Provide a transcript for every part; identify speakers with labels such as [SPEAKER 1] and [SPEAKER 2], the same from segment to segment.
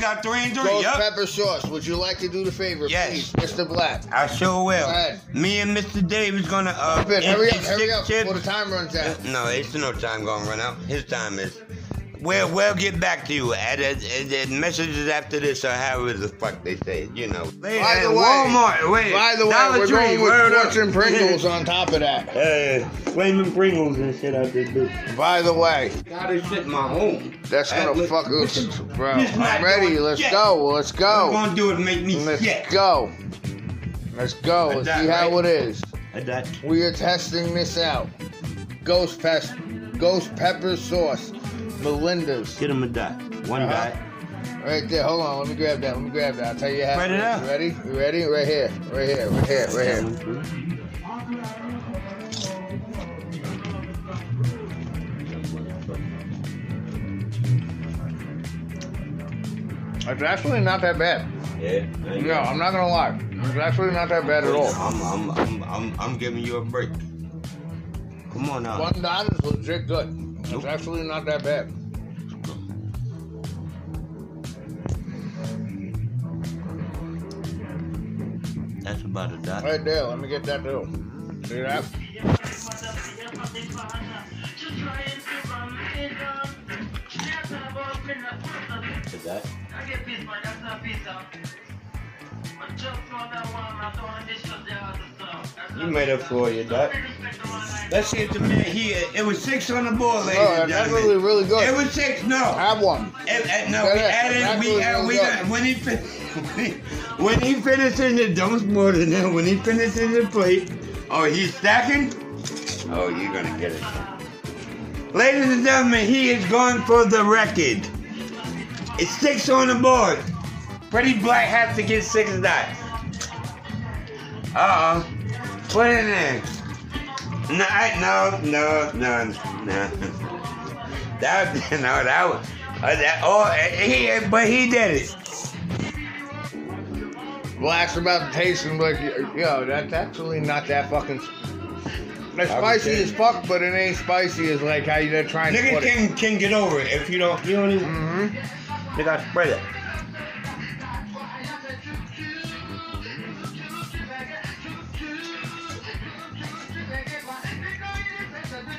[SPEAKER 1] got three and three.
[SPEAKER 2] Ghost
[SPEAKER 1] Yep.
[SPEAKER 2] pepper sauce. Would you like to do the favor,
[SPEAKER 1] Yes.
[SPEAKER 2] please, Mr. Black?
[SPEAKER 1] I sure
[SPEAKER 2] Go
[SPEAKER 1] will.
[SPEAKER 2] ahead.
[SPEAKER 1] Me and Mr. Dave is gonna uh
[SPEAKER 2] Hurry up, hurry up,
[SPEAKER 1] empty
[SPEAKER 2] hurry
[SPEAKER 1] six
[SPEAKER 2] up
[SPEAKER 1] chips.
[SPEAKER 2] before the time runs out.
[SPEAKER 1] No, it's no time gonna run out. His time is. We'll, we'll get back to you. And, and, and, and messages after this or however the fuck they say it, you know.
[SPEAKER 2] By the way-
[SPEAKER 1] Walmart, wait.
[SPEAKER 2] By the way,
[SPEAKER 1] Dollar
[SPEAKER 2] we're
[SPEAKER 1] Tree,
[SPEAKER 2] going
[SPEAKER 1] word
[SPEAKER 2] with
[SPEAKER 1] up.
[SPEAKER 2] fortune Pringles on top of that.
[SPEAKER 1] Yeah, flaming Pringles and shit out this bitch.
[SPEAKER 2] By the way,
[SPEAKER 1] Got this shit in my home.
[SPEAKER 2] that's
[SPEAKER 1] Hey,
[SPEAKER 2] gonna
[SPEAKER 1] look,
[SPEAKER 2] fuck
[SPEAKER 1] this is-
[SPEAKER 2] us, bro.
[SPEAKER 1] this is not
[SPEAKER 2] I'm ready.
[SPEAKER 1] doing
[SPEAKER 2] Let's
[SPEAKER 1] shit.
[SPEAKER 2] go. Let's
[SPEAKER 1] What you
[SPEAKER 2] go.
[SPEAKER 1] gonna do is make me
[SPEAKER 2] Let's
[SPEAKER 1] shit.
[SPEAKER 2] go. Let's go.
[SPEAKER 1] Like
[SPEAKER 2] Let's
[SPEAKER 1] that,
[SPEAKER 2] see how it
[SPEAKER 1] right?
[SPEAKER 2] is.
[SPEAKER 1] Like that.
[SPEAKER 2] We are testing this out. Ghost pest, ghost pepper sauce, Melinda's.
[SPEAKER 1] Get him a dot. One
[SPEAKER 2] Uh-huh. Right there. Hold on. Let me grab that. Let me grab that. I'll tell you how.
[SPEAKER 1] Spread it out.
[SPEAKER 2] You ready? You ready? Right here. Right here. Right here. Right here. It's actually not that bad.
[SPEAKER 1] Yeah.
[SPEAKER 2] No, I'm not gonna lie. It's actually not that bad at all.
[SPEAKER 1] I'm, I'm, I'm, I'm, I'm giving you a break. Come on now.
[SPEAKER 2] One dot is legit good. It's
[SPEAKER 1] Nope.
[SPEAKER 2] actually not that bad.
[SPEAKER 1] That's about a dot.
[SPEAKER 2] Right there. Let me get that too. See that?
[SPEAKER 1] A dot. You made up for it, Doc. Let's see if the man here. It was six on the board, ladies
[SPEAKER 2] No,
[SPEAKER 1] and
[SPEAKER 2] it's
[SPEAKER 1] gentlemen.
[SPEAKER 2] Oh, actually really
[SPEAKER 1] It
[SPEAKER 2] good.
[SPEAKER 1] was six. No.
[SPEAKER 2] Have one.
[SPEAKER 1] It- it- no,
[SPEAKER 2] Go
[SPEAKER 1] we
[SPEAKER 2] ahead.
[SPEAKER 1] added. We
[SPEAKER 2] Exactly
[SPEAKER 1] added. We
[SPEAKER 2] what
[SPEAKER 1] got, when he fin- when he finishes it, don't spoil it. Now, when he finishes the plate, oh, he's stacking. Oh, you're gonna get it, ladies and gentlemen. He is going for the record. It's six on the board. Pretty Black has to get six dots. Uh oh. Put it in there. No, I, no, no, no, no. That no, that was uh, that. Oh, uh, he, but he did it.
[SPEAKER 2] Blacks about to taste and be like, yo, that's actually not that fucking. That's
[SPEAKER 1] I'm
[SPEAKER 2] spicy
[SPEAKER 1] kidding.
[SPEAKER 2] as fuck, but it ain't spicy as like how you're trying to
[SPEAKER 1] Nigga
[SPEAKER 2] put it.
[SPEAKER 1] can can get over it if you don't. You don't even.
[SPEAKER 2] Mm-hmm.
[SPEAKER 1] They got spread it.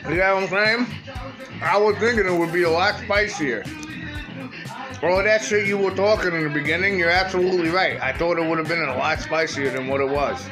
[SPEAKER 2] You know what I'm saying? I was thinking it would be a lot spicier. All that shit you were talking in the beginning, you're absolutely right. I thought it would have been a lot spicier than what it was.